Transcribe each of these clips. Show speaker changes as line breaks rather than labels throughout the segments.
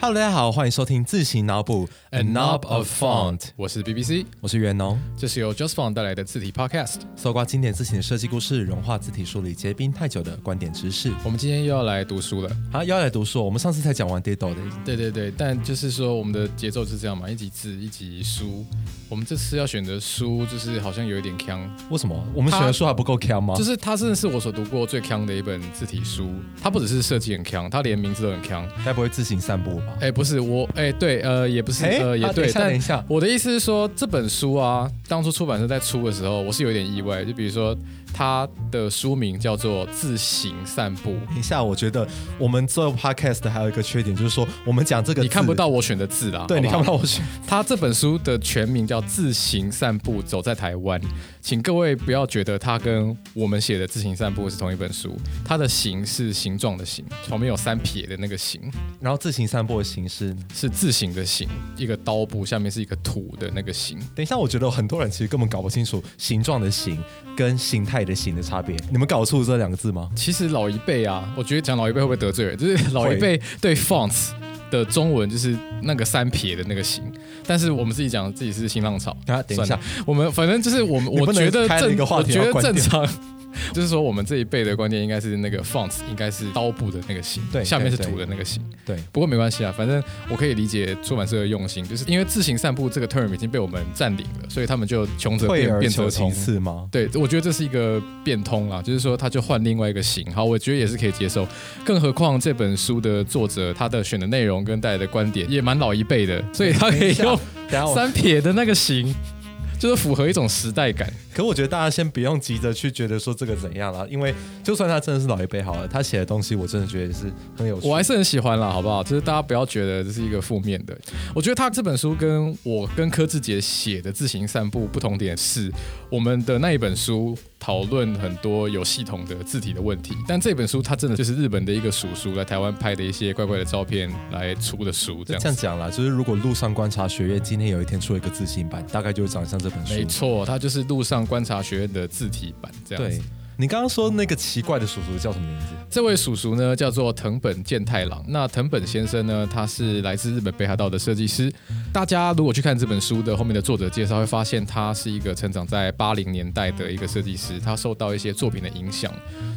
Hello，大家好，欢迎收听自行脑补 A Knob of Font，
我是 BBC，
我是袁农。
这是由 Just Font 带来的字体 Podcast。
搜刮经典字型的设计故事，融化字体梳理结冰太久的观点知识。
我们今天又要来读书了，
好，又要来读书，我们上次才讲完 Dido 的，
对对对，但就是说我们的节奏是这样嘛，一集字一集书。我们这次要选的书就是好像有一点坑，
为什么我们选的书还不够强吗？
就是它真的是我所读过最坑的一本字体书。它不只是设计很坑，它连名字都很坑。
该不会自行散步吧？
哎，不是我，哎，对，呃，也不是，
哎
呃，也
啊等
对
一，下等一
但
下
我的意思是说，这本书啊，当初出版社在出的时候，我是有点意外。就比如说，它的书名叫做《自行散步》，
等一下，我觉得我们做 podcast 还有一个缺点，就是说我们讲这个
你看
字
不，到我选的字啦。
对你看不
到。
到我选。
他这本书的全名叫《自行散步走在台湾》，请各位不要觉得它跟我们写的《自行散步》是同一本书。它的“行”是形状的“形”，旁边有三撇的那个“行
然后自行散步的形式，”，
是字形的“形”，一个刀部下面是一个土的那个“形
等一下，我觉得很多人其实根本搞不清楚形状的形跟形态的形的差别。你们搞出这两个字吗”。？
其实老一辈啊，我觉得讲老一辈会不会得罪人？就是老一辈对 fonts 的中文就是那个三撇的那个“形”，但是我们自己讲自己是新浪潮。
啊，等一下
算，了，我们反正就 是我们，
你
我
不能
觉得
开了一
正，
个话
我
题
觉
要
得
关
正常。 就是说，我们这一辈的观念应该是那个 font 应该是刀部的那个形，
对
下面是
对
土的那个形。
对，
不过没关系啊，反正我可以理解出版社的用心，就是因为自行散步这个 term 已经被我们占领了，所以他们就穷则
退
变，
而
变
求
则
其
通。
次吗？
对，我觉得这是一个变通啦，就是说他就换另外一个型号，我觉得也是可以接受。更何况这本书的作者他的选的内容跟带来的观点也蛮老一辈的，所以他可以用
等一下我
三撇的那个形， 就是符合一种时代感。
可我觉得大家先不用急着去觉得说这个怎样啦，因为就算他真的是老一辈好了，他写的东西我真的觉得是很有趣。
我还是很喜欢啦，好不好？就是大家不要觉得这是一个负面的。我觉得他这本书跟我跟柯志杰写的《自行散步》不同点是，我们的那一本书讨论很多有系统的字体的问题，但这本书它真的就是日本的一个叔叔来台湾拍的一些怪怪的照片来出的书，这样
这样
子。
讲啦，就是如果路上观察学院今天有一天出了一个自信版，大概就会长得像这本书
没。错，它就是路上观察学院的字体版这样子
对。，你刚刚说那个奇怪的叔叔叫什么名字？
这位叔叔呢叫做藤本健太郎。那藤本先生呢，他是来自日本北海道的设计师。大家如果去看这本书的后面的作者介绍，会发现他是一个成长在八零年代的一个设计师，他受到一些作品的影响，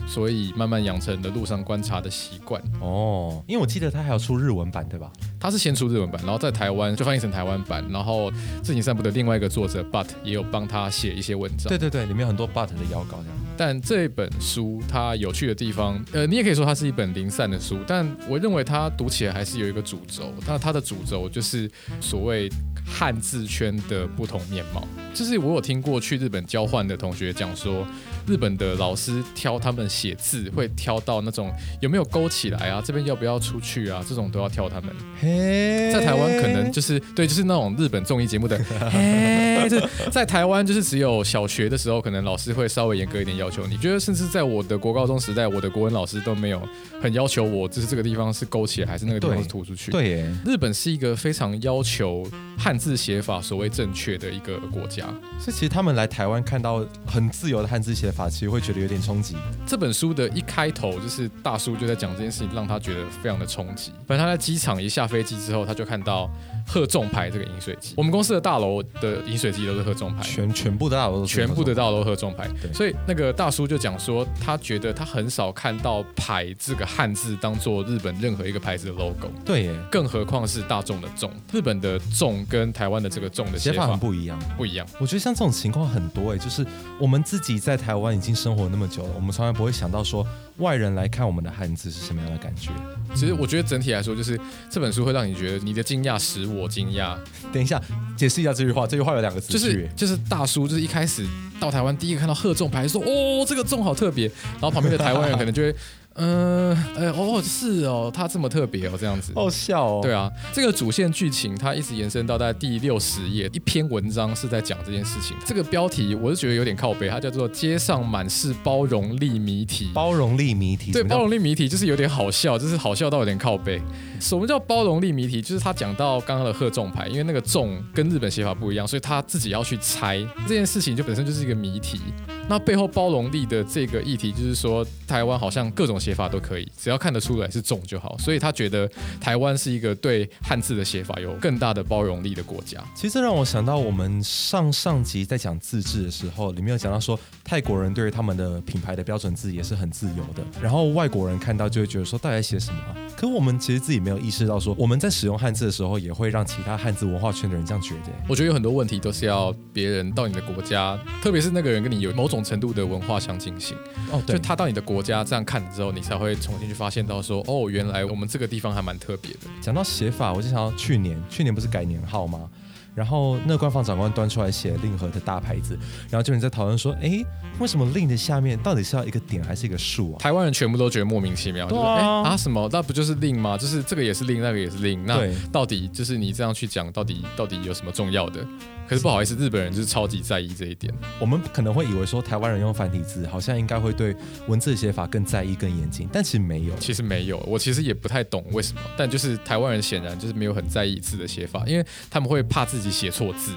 所以慢慢养成了路上观察的习惯。
哦，因为我记得他还有出日文版，对吧？
他是先出日文版，然后在台湾就翻译成台湾版，然后自行散步的另外一个作者 But 也有帮他写一些文章。
对对对，里面有很多 but 的邀稿这样。
但这本书它有趣的地方，呃，你也可以说它是一本零散的书，但我认为它读起来还是有一个主轴。那它的主轴就是所谓汉字圈的不同面貌。就是我有听过去日本交换的同学讲说，日本的老师挑他们写字会挑到那种有没有勾起来啊，这边要不要出去啊，这种都要挑他们。
嘿，
在台湾可能就是对，就是那种日本综艺节目的，嘿，就是 在台湾就是只有小学的时候，可能老师会稍微严格一点要求你。觉得甚至在我的国高中时代，我的国文老师都没有很要求我，就是这个地方是勾起来还是那个地方
对
是凸出去。，
对耶，
日本是一个非常要求汉字写法所谓正确的一个国家。
所以其实他们来台湾看到很自由的汉字写法，其实会觉得有点冲击。
这本书的一开头就是大叔就在讲这件事情，让他觉得非常的冲击。反正他在机场一下飞机之后，他就看到贺众牌这个饮水机。我们公司的大楼的饮水机都是贺众牌，
全全部的大楼都是
全部的大楼贺众牌
对。
所以那个大叔就讲说，他觉得他很少看到“牌”这个汉字当做日本任何一个牌子的 logo，
对耶，
更何况是大众的“众”。日本的“众”跟台湾的这个“众”的
写
写
法很
法
不一样。
不一样。
我觉得像这种情况很多哎、就是我们自己在台湾已经生活那么久了，我们从来不会想到说外人来看我们的汉字是什么样的感觉。
其实我觉得整体来说，就是这本书会让你觉得你的惊讶使我惊讶，
等一下，解释一下这句话，这句话有两个词
就
句、
是就是大叔，就是一开始到台湾第一个看到贺众牌，说哦这个众好特别，然后旁边的台湾人可能就会，嗯呃哦是哦，他这么特别哦这样子。
好笑哦。
对
啊，
啊，这个主线剧情它一直延伸到大概第六十页，一篇文章是在讲这件事情。这个标题我是觉得有点靠背，它叫做“街上满是包容力谜题”。
包容力谜题，
对
什么叫
包容力谜题就是有点好笑，就是好笑到有点靠背。什么叫包容力谜题？就是他讲到刚刚的贺众牌，因为那个“众”跟日本写法不一样，所以他自己要去猜这件事情，就本身就是一个谜题。那背后包容力的这个议题，就是说台湾好像各种写法都可以，只要看得出来是重就好。所以他觉得台湾是一个对汉字的写法有更大的包容力的国家。
其实这让我想到我们上上集在讲自制的时候，里面有讲到说泰国人对于他们的品牌的标准字也是很自由的，然后外国人看到就会觉得说到底在写什么、啊？可我们其实自己没有意识到说我们在使用汉字的时候，也会让其他汉字文化圈的人这样觉得。
我觉得有很多问题都是要别人到你的国家，特别是那个人跟你有某种程度的文化相近性，
哦，
就他到你的国家这样看了之后，你才会重新去发现到说，哦，原来我们这个地方还蛮特别的。
讲到写法，我就想到去年，去年不是改年号吗？然后那个官方长官端出来写令和的大牌子，然后就有人在讨论说，哎，为什么令的下面到底是要一个点还是一个竖啊？
台湾人全部都觉得莫名其妙，就
对
是
啊
哎啊什么，那不就是令吗？就是这个也是令，那个也是令，那
对
到底就是你这样去讲，到底到底有什么重要的？可是不好意思，日本人就是超级在意这一点。
我们可能会以为说台湾人用繁体字好像应该会对文字的写法更在意、更严谨，但其实没有。
其实没有，我其实也不太懂为什么，但就是台湾人显然就是没有很在意字的写法，因为他们会怕自己写错字。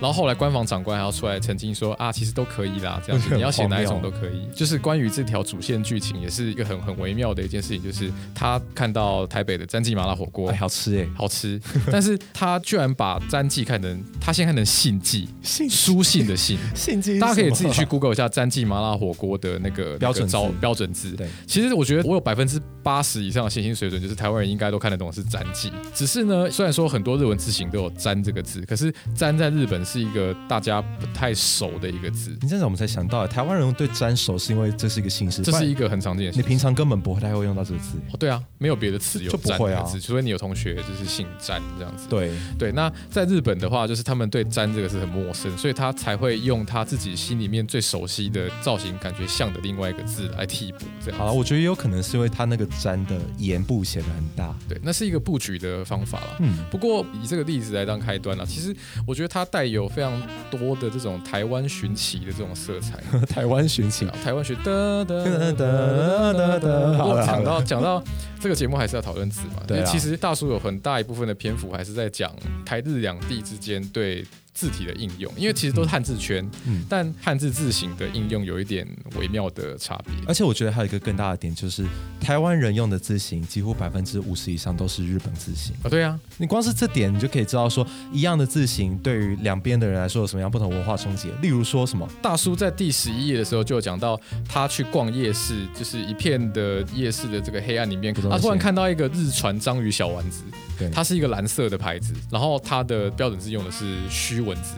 然后后来官方长官还要出来澄清说啊，其实都可以啦，这样子你要写哪一种都可以。就是关于这条主线剧情，也是一个很很微妙的一件事情，就是他看到台北的詹记麻辣火锅，
哎，好吃哎、
好吃，但是他居然把詹记看成他先看成信记，
信
书信的信。
信基，
大家可以自己去 Google 一下詹记麻辣火锅的 那个
标准
那个招
字
标准字。
对，
其实我觉得我有百分之八十以上的信心水准，就是台湾人应该都看得懂是“詹记”。只是呢，虽然说很多日文字形都有“詹”这个字，可是“詹”在日本是一个大家不太熟的一个字，
你这样讲我们才想到，台湾人对沾手是因为这是一个姓氏，
这
不
是
然
一个很常见的
你
形式。
平常根本不太会用到这个字。
哦，对啊，没有别的词有
就
“
不
詹”这
会
个
啊
字，除非你有同学就是姓詹这样子。
对，
对，那在日本的话，就是他们对“詹”这个是很陌生，所以他才会用他自己心里面最熟悉的造型感觉像的另外一个字来替补。这样
好了，
子
我觉得也有可能是因为他那个沾的言部写的很大。
对，那是一个布局的方法啦。
嗯，
不过以这个例子来当开端啦，其实我觉得它带有非常多的这种台湾寻奇的这种色彩。
台湾寻奇
对啊台湾学哒哒
哒
哒
哒哒
哒
哒
哒哒。不
好了好
过
了
讲到讲到这个节目，还是要讨论字嘛。
对啊
因为其实大叔有很大一部分的篇幅还是在讲台日两地之间对字体的应用，因为其实都是汉字圈，
嗯
但汉字字形的应用有一点微妙的差别。
而且我觉得还有一个更大的点就是，台湾人用的字形几乎百分之五十以上都是日本字形。
啊，对啊，
你光是这点，你就可以知道说，一样的字形对于两边的人来说有什么样不同文化冲击。例如说什么，
大叔在第十一页的时候就有讲到，他去逛夜市，就是一片的夜市的这个黑暗里面，
不知道
他
是
突然看到一个日船章鱼小丸子
对，
它是一个蓝色的牌子，然后它的标准字用的是虚文字，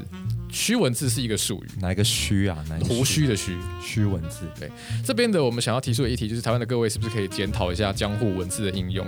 虚文字是一个术语。
哪一个虚啊，哪一个
胡须的须，
虚文字，
这边的我们想要提出的议题就是，台湾的各位是不是可以检讨一下江户文字的应用？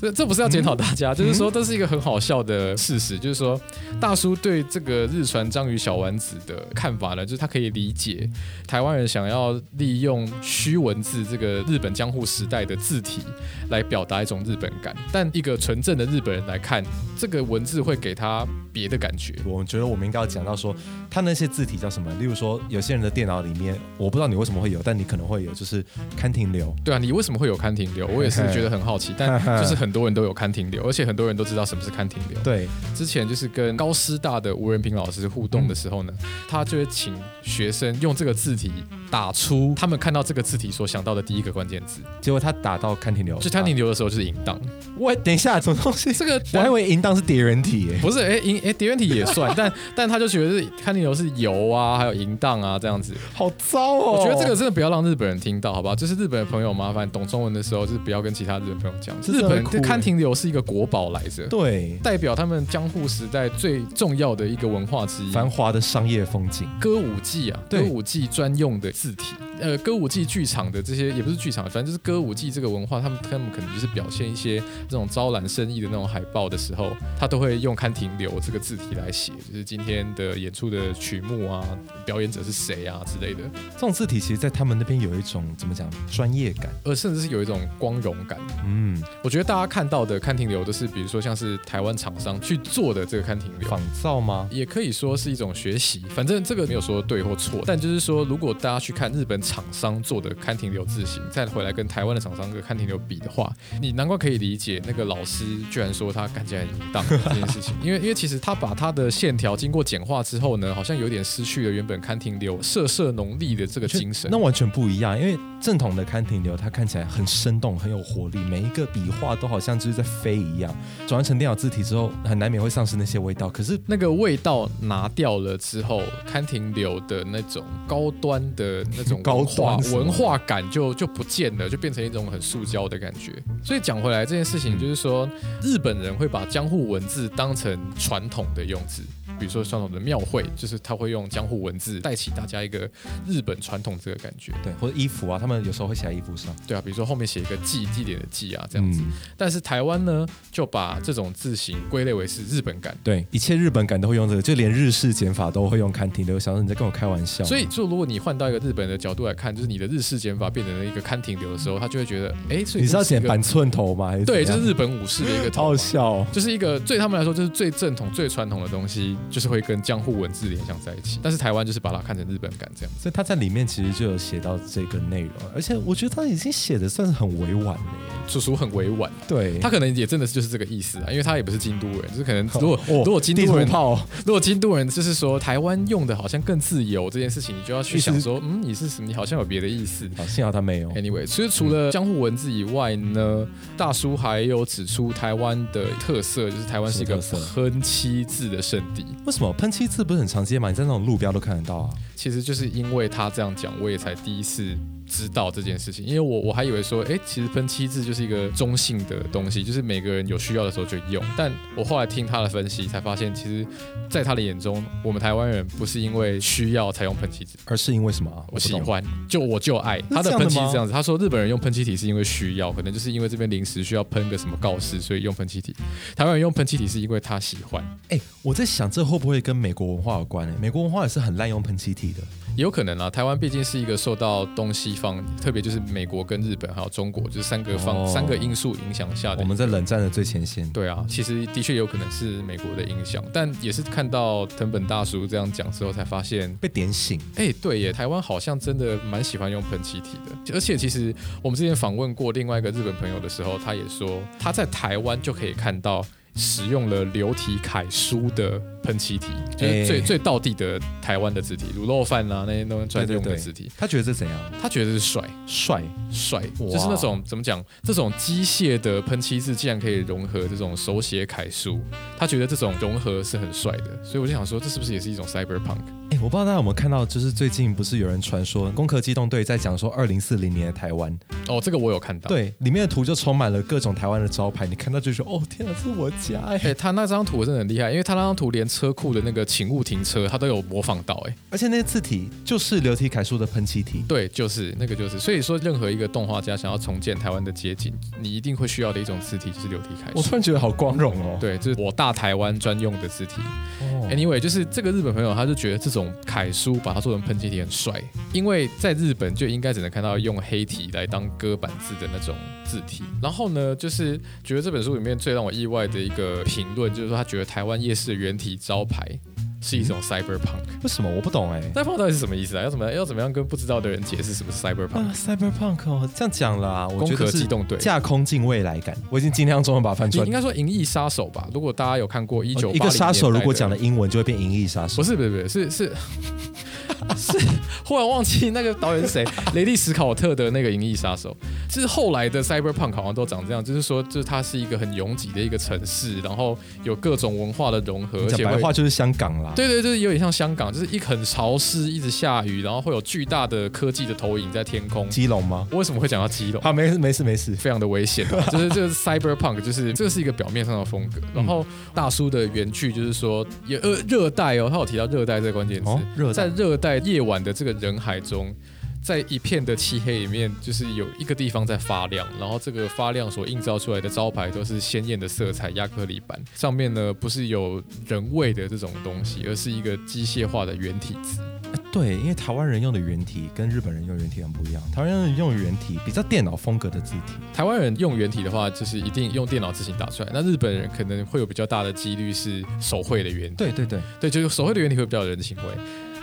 这这不是要检讨大家，就是说这是一个很好笑的事实，就是说大叔对这个日船章鱼小丸子的看法呢，就是他可以理解台湾人想要利用虚文字这个日本江户时代的字体来表达一种日本感，但一个纯正的日本人来看，这个文字会给他别的感觉。
我觉得我们应该要讲到说，它那些字体叫什么？例如说，有些人的电脑里面，我不知道你为什么会有，但你可能会有，就是刊亭流。
对啊，你为什么会有看停留？我也是觉得很好奇，但就是很多人都有看停留，而且很多人都知道什么是看停留。
对，
之前就是跟高师大的吴仁平老师互动
嗯
的时候呢，他就会请学生用这个字体打出他们看到这个字体所想到的第一个关键字，
结果他打到刊亭流，
就摊停留的时候就是淫荡。
啊，我等一下，什 么东西？
这个
我还以为淫荡是叠人体耶。
不是，哎、淫哎，蝶原体也算，但 但他就觉得是摊停留是油啊，还有淫荡啊这样子。
好糟哦！
我觉得这个真的不要让日本人听到，好不好？就是日本的朋友，麻烦懂中文的时候，就是不要跟其他日本朋友讲。
这
日
真的
本
很酷欸
这看停留是一个国宝来着，
对
代表他们江户时代最重要的一个文化之一。
繁华的商业风景，
歌舞伎啊，歌
对
舞伎专用的字体，呃，歌舞伎剧场的这些也不是剧场，反正就是歌舞伎这个文化，他们他们可能就是表现一些这种招揽生意的那种海报的时候，他都会用“看停留”这个字体来写，就是今天的演出的曲目啊，表演者是谁啊之类的，
这种字体其实，在他们那边有一种怎么讲专业感。
而呃甚至是有一种光荣感。
嗯，
我觉得大家看到的“看停留”都是比如说像是台湾厂商去做的这个“看停留”，
仿造吗？
也可以说是一种学习，反正这个没有说对或错，但就是说，如果大家去看日本厂商做的刊停流字型，再回来跟台湾的厂商跟刊停流比的话，你难怪可以理解那个老师居然说他感觉很淫荡这件事情，因为因为其实他把他的线条经过简化之后呢，好像有点失去了原本刊停流色色农力的这个
就
精神
那。完全不一样，因为正统的刊亭流，它看起来很生动，很有活力，每一个笔画都好像就是在飞一样。转换成电脑字体之后，很难免会丧失那些味道。可是
那个味道拿掉了之后，刊亭流的那种高端的那 种
高
文化
端什么
文化感就就不见了，就变成一种很塑胶的感觉。所以讲回来这件事情，就是说、日本人会把江户文字当成传统的用字。比如说传统的庙会，就是他会用江户文字带起大家一个日本传统这个感觉，
对，或者衣服啊，他们有时候会写在衣服上，
对啊，比如说后面写一个祭地点的祭啊这样子。但是台湾呢，就把这种字形归类为是日本感，
对，一切日本感都会用这个，就连日式减法都会用刊亭流。想说你在跟我开玩笑吗，
所以，就如果你换到一个日本的角度来看，就是你的日式剪法变成了一个刊亭流的时候，他就会觉得，哎、所以
你是要剪
这个
板寸头吗？还是
对，
怎
就
样
是日本武士的一个
好
头
好
嘛，
笑、哦。
就是一个对他们来说就是最正统、最传统的东西，就是会跟江户文字联想在一起。但是台湾就是把它看成日本感这样。
所以他在里面其实就有写到这个内容，而且我觉得他已经写的算是很委婉了耶。
叔叔很委婉，
对，
他可能也真的是就是这个意思啊，因为他也不是京都人，就是可能如果、
哦
如果京
地
都
图
人
炮，
如果京都人就是说台湾用的好像更自由这件事情，你就要去想说，嗯，你是什么？你好像有别的意思。
好，幸好他没有。
Anyway，其实除了江户文字以外呢，大叔还有指出台湾的特色，就是台湾是一个
什么特
喷漆字的圣地。
为什么喷漆字不是很常见吗？你在那种路标都看得到啊。
其实就是因为他这样讲，我也才第一次知道这件事情。因为我我还以为说，哎，其实喷漆字就是一个中性的东西，就是每个人有需要的时候就用。但我后来听他的分析，才发现其实，在他的眼中，我们台湾人不是因为需要才用喷漆字。
而是因为什么啊？
我
不懂
喜。欢，就我就爱
是
他
这
的
样的
喷漆
吗
是这样子。他说日本人用喷漆体是因为需要，可能就是因为这边临时需要喷个什么告示，所以用喷漆体。台湾人用喷漆体是因为他喜欢，
哎、我在想这会不会跟美国文化有关、欸？美国文化也是很滥用喷漆体的。
也有可能啊。台湾毕竟是一个受到东西方，特别就是美国跟日本还有中国，就是三个方、
哦
三个因素影响下的
我。们在冷战的最前线。
对啊，其实的确有可能是美国的影响，但也是看到藤本大叔这样讲之后，才发现
被点醒，
哎、对耶，台湾好像真的蛮喜欢用喷漆体的，而且其实我们之前访问过另外一个日本朋友的时候，他也说他在台湾就可以看到使用了流体楷书的喷漆体，就是最、
哎
最道地的台湾的字体，卤肉饭啊那些东西专用的字体，
他觉得这怎样？
他觉得是帅
帅，
帅，
哇
就是那种怎么讲，这种机械的喷漆字竟然可以融合这种手写楷书，他觉得这种融合是很帅的，所以我就想说，这是不是也是一种 cyberpunk？
哎、我不知道大家有没有看到，就是最近不是有人传说《攻壳机动队》在讲说二零四零年的台湾，
哦，这个我有看到。
对，里面的图就充满了各种台湾的招牌，你看到就说哦，天哪，这是我家哎、
哎、他那张图真的很厉害，因为他那张图连车库的那个请勿停车，他都有模仿到、哎，
而且那些字体就是流体楷书的喷漆体，
对，就是那个就是，所以说任何一个动画家想要重建台湾的街景，你一定会需要的一种字体就是流体楷
我
书。
突然觉得好光荣哦。
对，这是我大台湾专用的字体。
哦
Anyway，就是这个日本朋友，他就觉得这种楷书把它做成喷漆体很帅，因为在日本就应该只能看到用黑体来当割板字的那种字体。然后呢，就是觉得这本书里面最让我意外的一个评论，就是说他觉得台湾夜市的原体招牌是一种 cyberpunk。
为什么我不懂哎、
cyberpunk 到底是什么意思啊？要怎么样要怎么样跟不知道的人解释什么是 cyberpunk？
啊，Cyberpunk 哦，这样讲啦，我
攻
觉
壳
得
机
是
动队。
架空进未来感。我已经尽量中文把它翻
你
出来
应。该说《银翼杀手》吧？如果大家有看过一九
哦一个杀手如果讲
了。
了英文，就会变银翼杀手
不。是不是不是是 是是， 忽然忘记那个导演是 谁，雷利·史考特的那个《银翼杀手》，是后来的 Cyberpunk 好像都长这样，就是说，就是它是一个很拥挤的一个城市，然后有各种文化的融合，而
讲
且
白
会
话就是香港啦。
对对，就是有点像香港，就是一很潮湿，一直下雨，然后会有巨大的科技的投影在天空。
基隆吗？
为什么会讲到基隆？
好，没事没事没事。
非常的危险啊，就是这个 cyberpunk，就是这是一个表面上的风格。然后大叔的原句就是说，也呃热带哦，他有提到热带这个关键词，
哦热带
在热带夜晚的这个人海中。在一片的漆黑里面，就是有一个地方在发亮，然后这个发亮所映照出来的招牌都是鲜艳的色彩亚克力板，上面呢不是有人味的这种东西，而是一个机械化的圆体字。
对，因为台湾人用的原体跟日本人用的原体很不一样。台湾人用的原体比较电脑风格的字体，
台湾人用原体的话，就是一定用电脑自行打出来。那日本人可能会有比较大的几率是手绘的原体，
对对对，
对，就是手绘的原体会比较有人情味。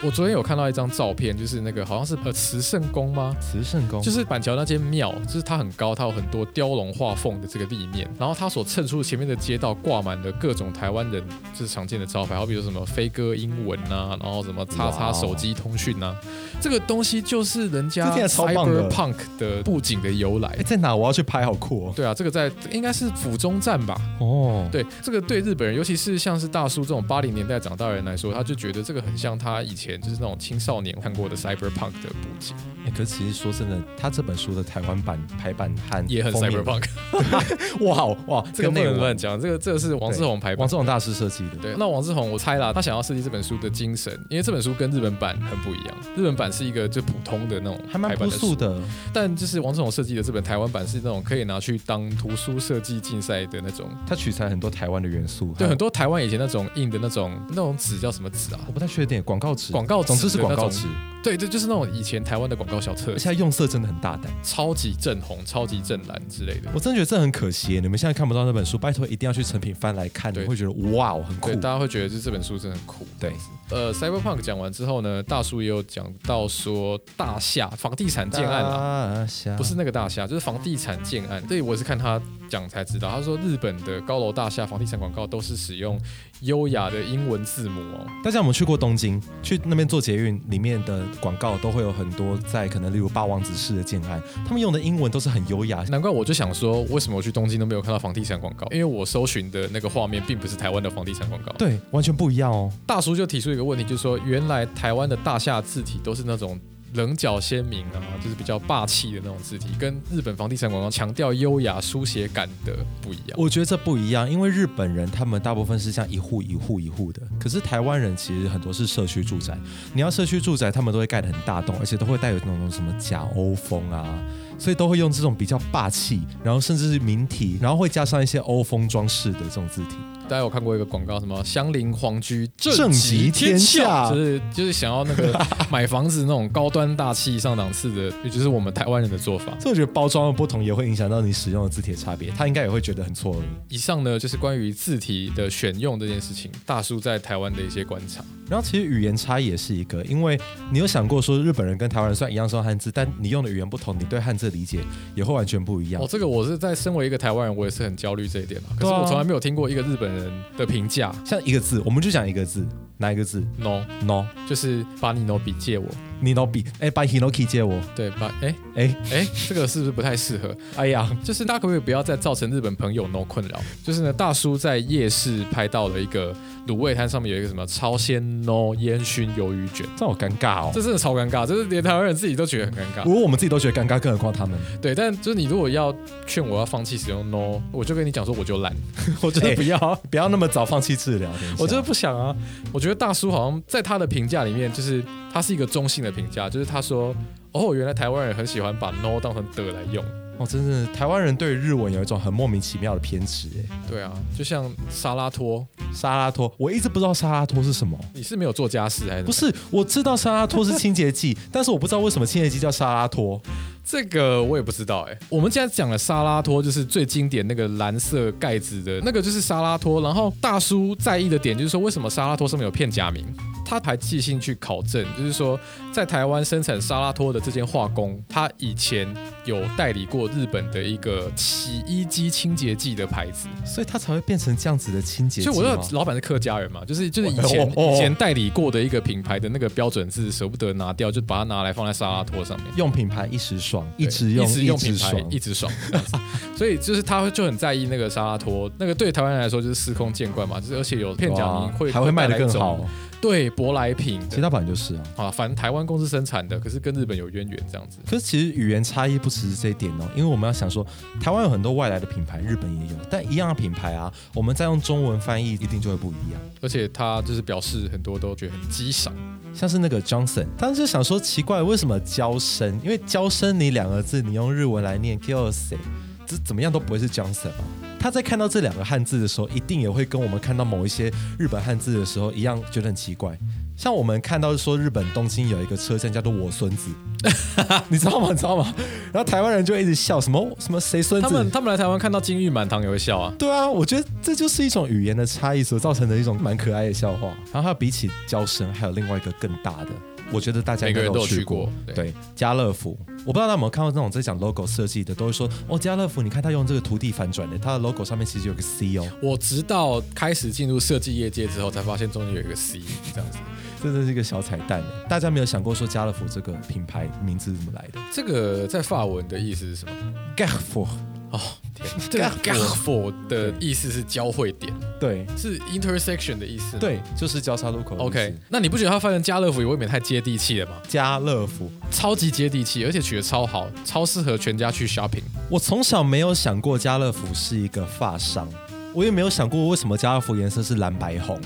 我昨天有看到一张照片，就是那个好像是呃慈圣宫吗？
慈圣宫
就是板桥那间庙，就是它很高，它有很多雕龙画凤的这个立面，然后它所衬出前面的街道挂满了各种台湾人就是常见的招牌，好比如什么飞鸽英文啊，然后什么叉
哇
叉
哦
手机通讯啊，这个东西就是人
这
家
听起来超棒的
cyberpunk 的布景的由来
哎、。在哪？我要去拍，好酷哦！
对啊，这个在应该是府中站吧？
哦，
对，这个对日本人，尤其是像是大叔这种八零年代长大的人来说，他就觉得这个很像他以前就是那种青少年看过的 cyberpunk 的布景，
哎可是其实说真的，他这本书的台湾版排版和
也很
封面
cyberpunk。
哇哇，
这个
跟
不
内
能
容
乱讲，这个这个是王志宏排版
王。志宏大师设计的，
对，那王志宏，我猜啦，他想要设计这本书的精神，因为这本书跟日本版很不一样。日本版是一个就普通的那种
还蛮
排版
朴
的书
素，的。
但就是王志宏设计的这本台湾版是那种可以拿去当图书设计竞赛的那种，
他取材很多台湾的元素，
对，
还有
很多台湾以前那种印的那种那种纸叫什么纸啊？
我不太确定广告词，
广告纸
总之是
的那
广告
种
词，
对，这就是那种以前台湾的广告小册
而
子
且他用色真的很大胆。
超级正红、超级正蓝之类的。
我真的觉得这很可惜耶，你们现在看不到那本书，拜托一定要去成品翻来看，你
对
会觉得哇，哦，很酷
对，。大家会觉得就是这本书真的很酷。
对，
呃，Cyberpunk 讲完之后呢，大叔也有讲到说大厦房地产建案啊，
啊，下
不是那个大厦，就是房地产建案。对，我也是看他讲才知道，他说日本的高楼大厦房地产广告都是使用优雅的英文字母哦。
大家有没有去过东京？去那边做捷运，里面的广告都会有很多在可能例如霸王子式的建案，他们用的英文都是很优雅。
难怪我就想说，为什么我去东京都没有看到房地产广告？因为我搜寻的那个画面并不是台湾的房地产广告。
对，完全不一样哦。
大叔就提出一个问题，就是说原来台湾的大厦字体都是那种棱角鲜明啊，就是比较霸气的那种字体，跟日本房地产广告强调优雅书写感的不一样。
我觉得这不一样，因为日本人他们大部分是像一户一户一户的，可是台湾人其实很多是社区住宅。你要社区住宅，他们都会盖得很大栋，而且都会带有那种什么假欧风啊，所以都会用这种比较霸气，然后甚至是明体，然后会加上一些欧风装饰的这种字体。
大家有看过一个广告，什么“相邻皇居
正极天下
就是就是想要那 个买房子那种高端大气上档次的，也就是我们台湾人的做法。
所以我觉得包装的不同也会影响到你使用的字体的差别，他应该也会觉得很错愕。
以上呢就是关于字体的选用这件事情，大叔在台湾的一些观察。
然后其实语言差异也是一个，因为你有想过说日本人跟台湾人虽然一样是用汉字，但你用的语言不同，你对汉字的理解也会完全不一样。
哦，这个我是在身为一个台湾人，我也是很焦虑这一点啦。可是
对啊
我从来没有听过一个日本人的评价
像一个字，我们就讲一个字，哪一个字
，no，
？no，
就是把你 no 笔借我，
你 no 比，哎，把 hinoki 借我，
对，把哎
哎，
哎，这个是不是不太适合？
哎呀，
就是大家可不可以不要再造成日本朋友 no 困扰？就是呢，大叔在夜市拍到了一个卤味摊上面有一个什么超鲜 no 烟熏鱿鱼卷，
这好尴尬哦。
这真的超尴尬，就是连台湾人自己都觉得很尴尬。
如果我们自己都觉得尴尬，更何况他们？
对，但就是你如果要劝我要放弃使用 no，我就跟你讲说我就懒，
我觉得
哎
不要、不要那么早放弃治疗。等一下
我真的不想啊！我觉得大叔好像在他的评价里面，就是他是一个中性的评价，就是他说：“哦，原来台湾人很喜欢把 no 当成的来用。
哦，真是台湾人对日文有一种很莫名其妙的偏执。”
对啊，就像沙拉托，
哎，沙拉托，我一直不知道沙拉托是什么。
你是没有做家事还是
不
不是？
是，我知道沙拉托是清洁剂， 但是我不知道为什么清洁剂叫沙拉托。
这个我也不知道哎、我们现在讲的沙拉托就是最经典那个蓝色盖子的那个就是沙拉托，然后大叔在意的点就是说，为什么沙拉托上面有片假名？他还寄信去考证，就是说在台湾生产沙拉托的这间化工，它以前有代理过日本的一个洗衣机清洁剂的牌子，
所以它才会变成这样子的清洁剂
所
吗。
以我说老板是客家人嘛，就是就是以
哦
前
哦哦
以前代理过的一个品牌的那个标准字舍不得拿掉，就把它拿来放在沙拉托上面。
用品牌一时爽，一
对
直用
一直用品
直
牌
爽，
一直爽，这样子所以就是他会就很在意那个沙拉托，那个对台湾人来说就是司空见惯嘛，就是而且有片假名
哇
会
啊还会卖得更，
带来一
好
种。对舶来品
其实它本来就是啊。
啊，反正台湾公司生产的，可是跟日本有渊源这样子。
可是其实语言差异不只是这一点哦，因为我们要想说，台湾有很多外来的品牌，日本也有，但一样的品牌啊，我们再用中文翻译一定就会不一样。
而且他就是表示很多都觉得很激赏，
像是那个 Johnson，当时就想说奇怪，为什么娇生？因为娇生你两个字，你用日文来念 k i o s e 这怎么样都不会是 Johnson 啊。他在看到这两个汉字的时候，一定也会跟我们看到某一些日本汉字的时候一样，觉得很奇怪。像我们看到说日本东京有一个车站叫做“我孙子”， 你知道吗？你知道吗？然后台湾人就一直笑什么什么谁孙
他们
子？
他们来台湾看到金玉满堂也会笑啊。
对啊，我觉得这就是一种语言的差异所造成的一种蛮可爱的笑话。然后还有比起交生，还有另外一个更大的，我觉得大家应该
每个人都有
去
去过对
对，家乐福，我不知道大家有没有看到那种在讲 logo 设计的，都会说哦，家乐福，你看他用这个土地反转的，它的 logo 上面其实有个 C 哦，
我直到开始进入设计业界之后，才发现中间有一个 C 这样子。
这真是一个小彩蛋耶。大家没有想过说家乐福这个品牌名字是怎么来的
这个在法文的意思是什么？
g a f
哦，天，这个 g a f o 的意思是交汇点，
对
是 intersection 的意思。
对，就是交叉路口的意思。
，OK。那你不觉得他翻成家乐福也未免太接地气了吗？
家乐福，
超级接地气，而且取得超好，超适合全家去 shopping。
我从小没有想过家乐福是一个发商，我也没有想过为什么家乐福颜色是蓝白红，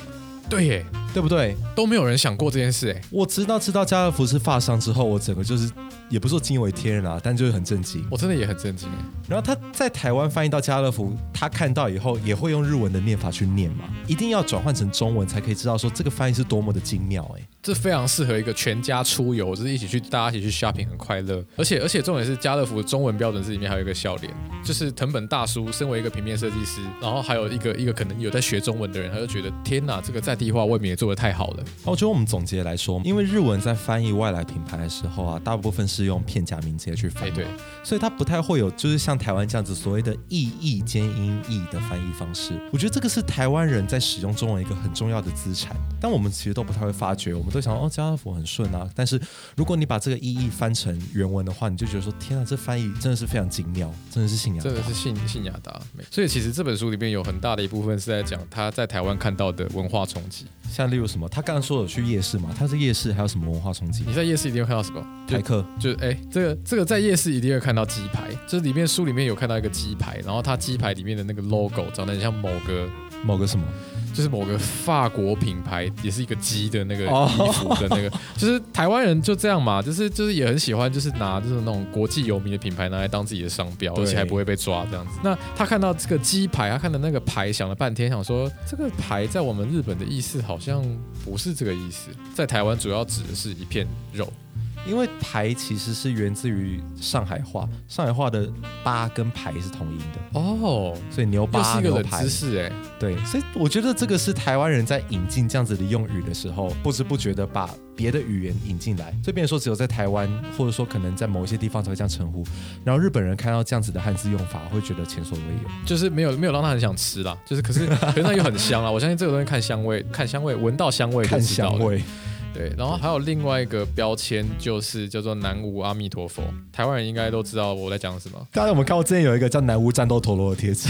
对耶，
对不对？
都没有人想过这件事哎。
我知道知道家乐福是发商之后，我整个就是也不是说惊为天人啊，但就是很震惊。
我真的也很震惊耶。
然后他在台湾翻译到家乐福，他看到以后也会用日文的念法去念嘛，一定要转换成中文才可以知道说这个翻译是多么的精妙哎、
这非常适合一个全家出游，就是一起去，大家一起去 shopping 很快乐。而且而且重点是家乐福的中文标准字里面还有一个笑脸，就是藤本大叔身为一个平面设计师，然后还有一个一个可能有在学中文的人，他就觉得天哪，这个在地化未免也做得太好了。
那我觉得我们总结来说，因为日文在翻译外来品牌的时候啊，大部分是用片假名直接去翻
哎，
译，
对，
所以它不太会有就是像台湾这样子所谓的意义兼音译的翻译方式。我觉得这个是台湾人在使用中文一个很重要的资产，但我们其实都不太会发觉，我们都想哦家乐福很顺啊，但是如果你把这个意义翻成原文的话，你就觉得说天啊，这翻译真的是非常精妙，真的是信仰
真。的是信信雅达。没所以其实这本书里面有很大的一部分是在讲他在台湾看到的文化冲击。
像例如什么，他刚刚说有去夜市嘛，他是夜市还有什么文化冲击？
你在夜市一定会看到什么？就
台客
就是哎、这个这个在夜市一定会看到鸡排，就是里面书里面有看到一个鸡排，然后它鸡排里面的那个 logo 长得很像某个
某个什么？
就是某个法国品牌，也是一个鸡的那个
哦
衣服的 那个，就是台湾人就这样嘛，就是就是也很喜欢，就是拿就是那种国际有名的品牌拿来当自己的商标，
对
而且还不会被抓这样子。那他看到这个鸡排，他看到那个牌，想了半天，想说这个牌在我们日本的意思好像不是这个意思，在台湾主要指的是一片肉。
因为排其实是源自于上海话，上海话的八跟排是同音的，
哦，
所以牛
又
八
是一个
牛
冷
排
知。识哎、
对，所以我觉得这个是台湾人在引进这样子的用语的时候，不知不觉的把别的语言引进来，这变成说只有在台湾，或者说可能在某一些地方才会这样称呼。然后日本人看到这样子的汉字用法，会觉得前所未有。
就是没有没有让他很想吃啦，就 是可是可是那又很香啦，我相信这个东西看香味，看香味，闻到香味就
看
知道
香
了
味，嗯
对，然后还有另外一个标签，就是叫做南无阿弥陀佛。台湾人应该都知道我在讲什么，
大家有没有看过之前有一个叫南无战斗陀螺的贴纸？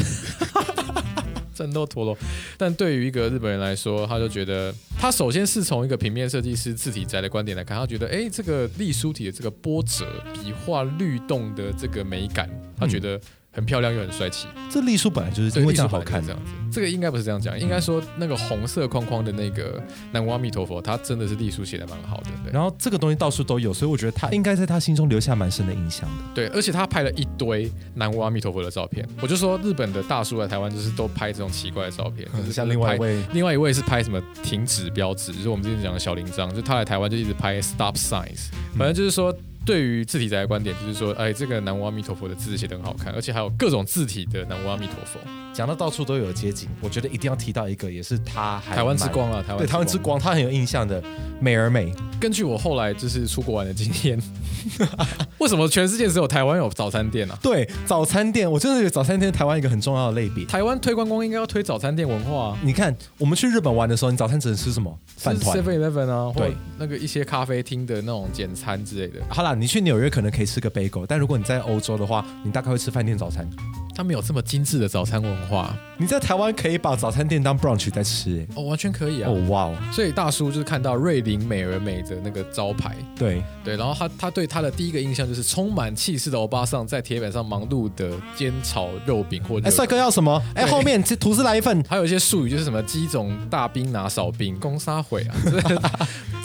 战斗陀螺。但对于一个日本人来说，他就觉得，他首先是从一个平面设计师字体宅的观点来看，他觉得，哎，这个隶书体的这个波折、笔画律动的这个美感，他觉得很漂亮又很帅气。
这隶书本来就是
对，
因为
隶
这样
书
嗯好
本来
看
就是
的。
这样子。这个应该不是这样讲，应该说那个红色框框的那个南无阿弥陀佛，他真的是隶书写的蛮好的。对。
然后这个东西到处都有，所以我觉得他应该在他心中留下蛮深的印象的。
对，而且他拍了一堆南无阿弥陀佛的照片。我就说日本的大叔来台湾就是都拍这种奇怪的照片，就是
嗯像另外一
拍。
位
另外一位是拍什么停止标志，就是我们之前讲的小铃铛，就他来台湾就一直拍 stop signs，
嗯
反正就是说。对于字体宅的观点，就是说，哎，这个南无阿弥陀佛的字写得很好看，而且还有各种字体的南无阿弥陀佛，
讲到到处都有的街景，我觉得一定要提到一个，也是他还
台湾之
蛮
光啊，台湾
对台湾之。光，他很有印象的美而美，
根据我后来就是出国玩的经验， 为什么全世界只有台湾有早餐店啊？
对早餐店，我真的觉得早餐店是台湾一个很重要的类别。
台湾推观光应该要推早餐店文化啊。
你看，我们去日本玩的时候，你早餐只能吃什么？饭团。
Seven Eleven 啊，或
对
那个一些咖啡厅的那种简餐之类的，
好啦，你去纽约可能可以吃个 bagel，但如果你在欧洲的话，你大概会吃饭店早餐。
他们有这么精致的早餐文化，
你在台湾可以把早餐店当 brunch 在吃、
哦，完全可以
欸。
啊。
哦哇哦，
所以大叔就是看到瑞林美而美的那个招牌，
对，
对，然后他他对他的第一个印象就是充满气势的欧巴桑在铁板上忙碌的煎炒肉饼或者
哎，。帅哥要什么？哎，
对
后面这吐司来一份。
还有一些术语，就是什么鸡种大兵拿少兵，攻杀毁啊，这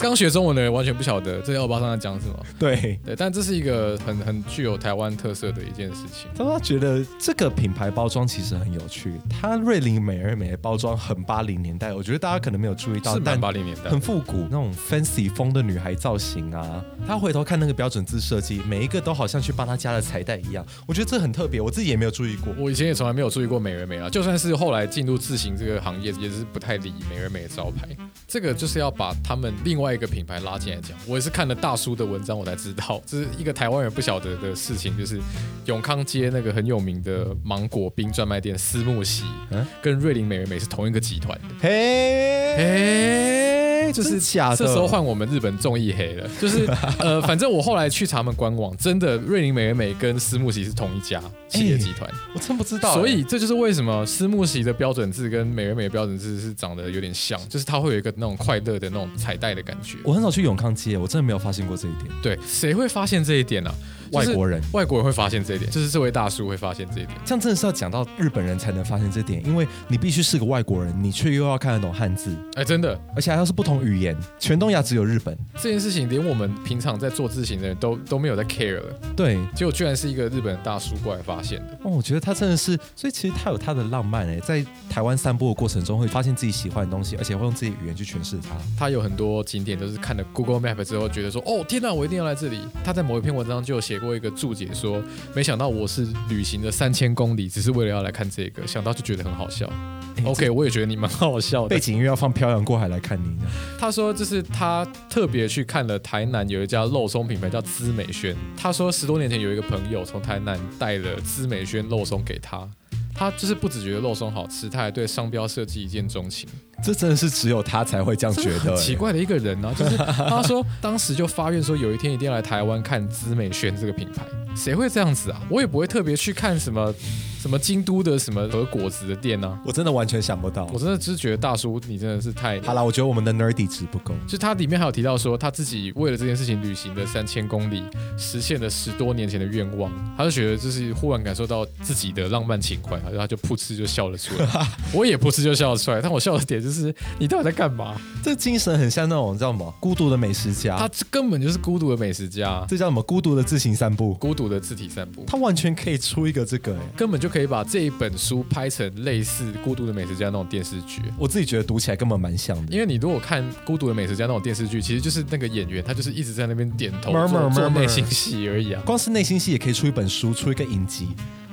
刚学中文的人完全不晓得这些欧巴桑在讲什么。
对，
对，但这是一个很很具有台湾特色的一件事情。
但他觉得这个品牌包装其实很有趣，它瑞林美而美的包装很八零年代，我觉得大家可能没有注意到，
是
但
蛮八零年代的
很，复古那种 fancy 风的女孩造型啊。她回头看那个标准字设计，每一个都好像去帮她加了彩带一样，我觉得这很特别，我自己也没有注意过。
我以前也从来没有注意过美而美啊，就算是后来进入自行这个行业，也是不太理美而美的招牌。这个就是要把他们另外一个品牌拉进来讲。我也是看了大叔的文章，我才知道，这是一个台湾人不晓得的事情，就是永康街那个很有名的芒果冰专卖店思慕席，
嗯
跟瑞林美而美是同一个集团的。
嘿，
哎、就
真
是
假的
这时候换我们日本综艺黑了，就是 呃，反正我后来去查他们官网，真的瑞林美而美跟思慕席是同一家企
哎
业集团。
我真不知道欸、
所以这就是为什么思慕席的标准字跟美而美的标准字是长得有点像，就是它会有一个那种快乐的那种彩带的感觉。
我很少去永康街，我真的没有发现过这一点。
对，谁会发现这一点呢、啊就是
外国人
外国人会发现这一点，就是这位大叔会发现这一点。
这样真的是要讲到日本人才能发现这点，因为你必须是个外国人，你却又要看得懂汉字，
哎，真的，
而且还要是不同语言。全东亚只有日本，
这件事情连我们平常在做字型的人都都没有在 care 了，
对
结果居然是一个日本大叔过来发现的。
哦，我觉得他真的是，所以其实他有他的浪漫哎，在台湾散步的过程中会发现自己喜欢的东西，而且会用自己的语言去诠释它。
他有很多景点都是看了 Google Map 之后觉得说，哦天哪，我一定要来这里。他在某一篇文章就有写过一个注解说，没想到我是旅行了三千公里，只是为了要来看这个，想到就觉得很好笑。
哎
OK，我也觉得你蛮好笑
背
的。
景音乐要放《漂洋过海来看你》这样，
他说，这是他特别去看了台南有一家肉松品牌叫滋美轩。他说，十多年前有一个朋友从台南带了滋美轩肉松给他，他就是不只觉得肉松好吃，他还对商标设计一见钟情。
这真的是只有他才会这样
真
觉
的
得
很奇
欸。
怪的一个人啊， 就是他说当时就发愿说有一天一定要来台湾看资美轩这个品牌，谁会这样子啊？我也不会特别去看什么什么京都的什么和果子的店啊，
我真的完全想不到
我。真的只是觉得大叔你真的是太。
好啦，我觉得我们的 nerdy 值不够。
就他里面还有提到说，他自己为了这件事情旅行了三千公里，实现了十多年前的愿望。他就觉得就是忽然感受到自己的浪漫情怀，然后他就噗嗤就笑了出来。我也噗嗤就笑了出来，但我笑的点就是你到底在干嘛？
这精神很像那种，你知道吗？孤独的美食家，
他根本就是孤独的美食家啊、
这叫什么？孤独的自行散步。
孤独的字体散步，
他完全可以出一个这个哎、
根本就可以把这一本书拍成类似《孤独的美食家》那种电视剧。
我自己觉得读起来根本蛮像的。
因为你如果看《孤独的美食家》那种电视剧，其实就是那个演员他就是一直在那边点头
Murmur,
做做
murmur
内心戏而已啊。
光是内心戏也可以出一本书，出一个影集，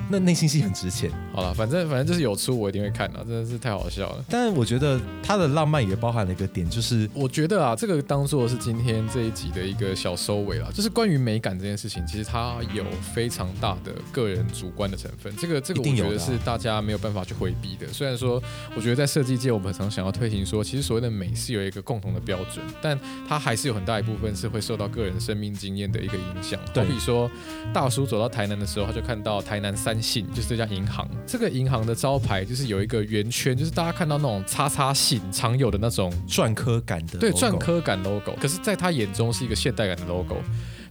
那内心戏很值钱。
好了，反正反正就是有出我一定会看啊，真的是太好笑了。
但我觉得他的浪漫也包含了一个点，就是
我觉得啊，这个当做是今天这一集的一个小收尾啦。就是关于美感这件事情，其实它有非常大的个人主观的成分。这个这个，
一
我
定有
觉
的啊
得是大家没有办法去回避的。虽然说，我觉得在设计界，我们很常想要推行说，其实所谓的美是有一个共同的标准，但它还是有很大一部分是会受到个人生命经验的一个影响。
对
好比说，大叔走到台南的时候，他就看到台南三信，就是这家银行。这个银行的招牌就是有一个圆圈，就是大家看到那种叉叉信常有的那种
篆刻感的 logo。
对篆刻感 logo，可是在他眼中是一个现代感的 logo，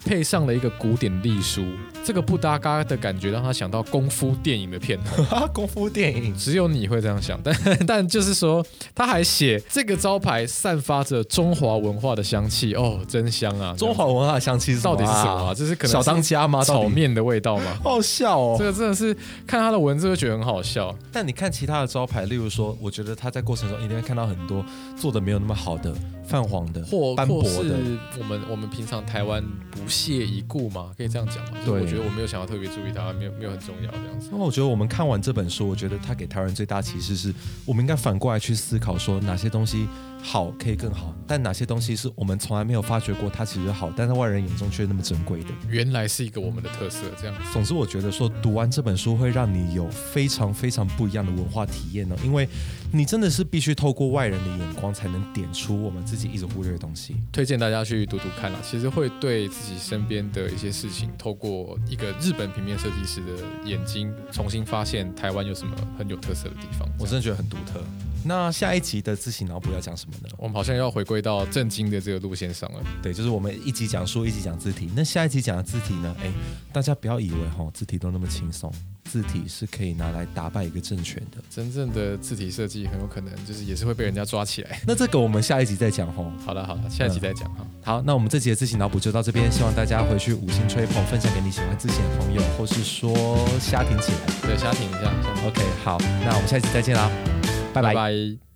配上了一个古典隶书，这个不搭嘎的感觉让他想到功夫电影的片 头。
功夫电影，
只有你会这样想，但但就是说，他还写这个招牌散发着中华文化的香气，哦，真香啊！
中华文化的香气是
到底是什么
啊
啊？这是可能
小当
是
家吗？到
炒
底，
面的味道吗？
好笑
这
哦。
个真的是看他的文字会觉得很好笑。
但你看其他的招牌，例如说，我觉得他在过程中一定会看到很多做的没有那么好的、泛黄的、
或
斑驳
或是
的。
我们我们平常台湾不屑一顾嘛，可以这样讲嘛？就是
对
我觉得我没有想要特别注意它，没有没有很重要这样子。
那我觉得我们看完这本书，我觉得它给台湾人最大启示是，我们应该反过来去思考，说哪些东西好可以更好，但哪些东西是我们从来没有发觉过它其实好，但在外人眼中却那么珍贵的。
原来是一个我们的特色，这样子。
总之，我觉得说读完这本书会让你有非常非常不一样的文化体验呢、因为你真的是必须透过外人的眼光才能点出我们自己一直忽略的东西。
推荐大家去读读看啦，啊其实会对自己身边的一些事情，透过一个日本平面设计师的眼睛，重新发现台湾有什么很有特色的地方。
我
我
真的觉得很独特。那下一集的自行脑补要讲什么呢？
我们好像要回归到正经的这个路线上啊了。
对，就是我们一集讲书，一集讲字体。那下一集讲的字体呢？哎，大家不要以为哈、字体都那么轻松，字体是可以拿来打败一个政权的。
真正的字体设计很有可能就是也是会被人家抓起来。
那这个我们下一集再讲吼。
好了好了，下一集
嗯
再讲哈。
好，那我们这集的自行脑补就到这边，希望大家回去五星吹捧，分享给你喜欢自行的朋友，或是说瞎听起来。
对，瞎停一下，下
OK，好，那我们下一集再见啦，拜拜。
拜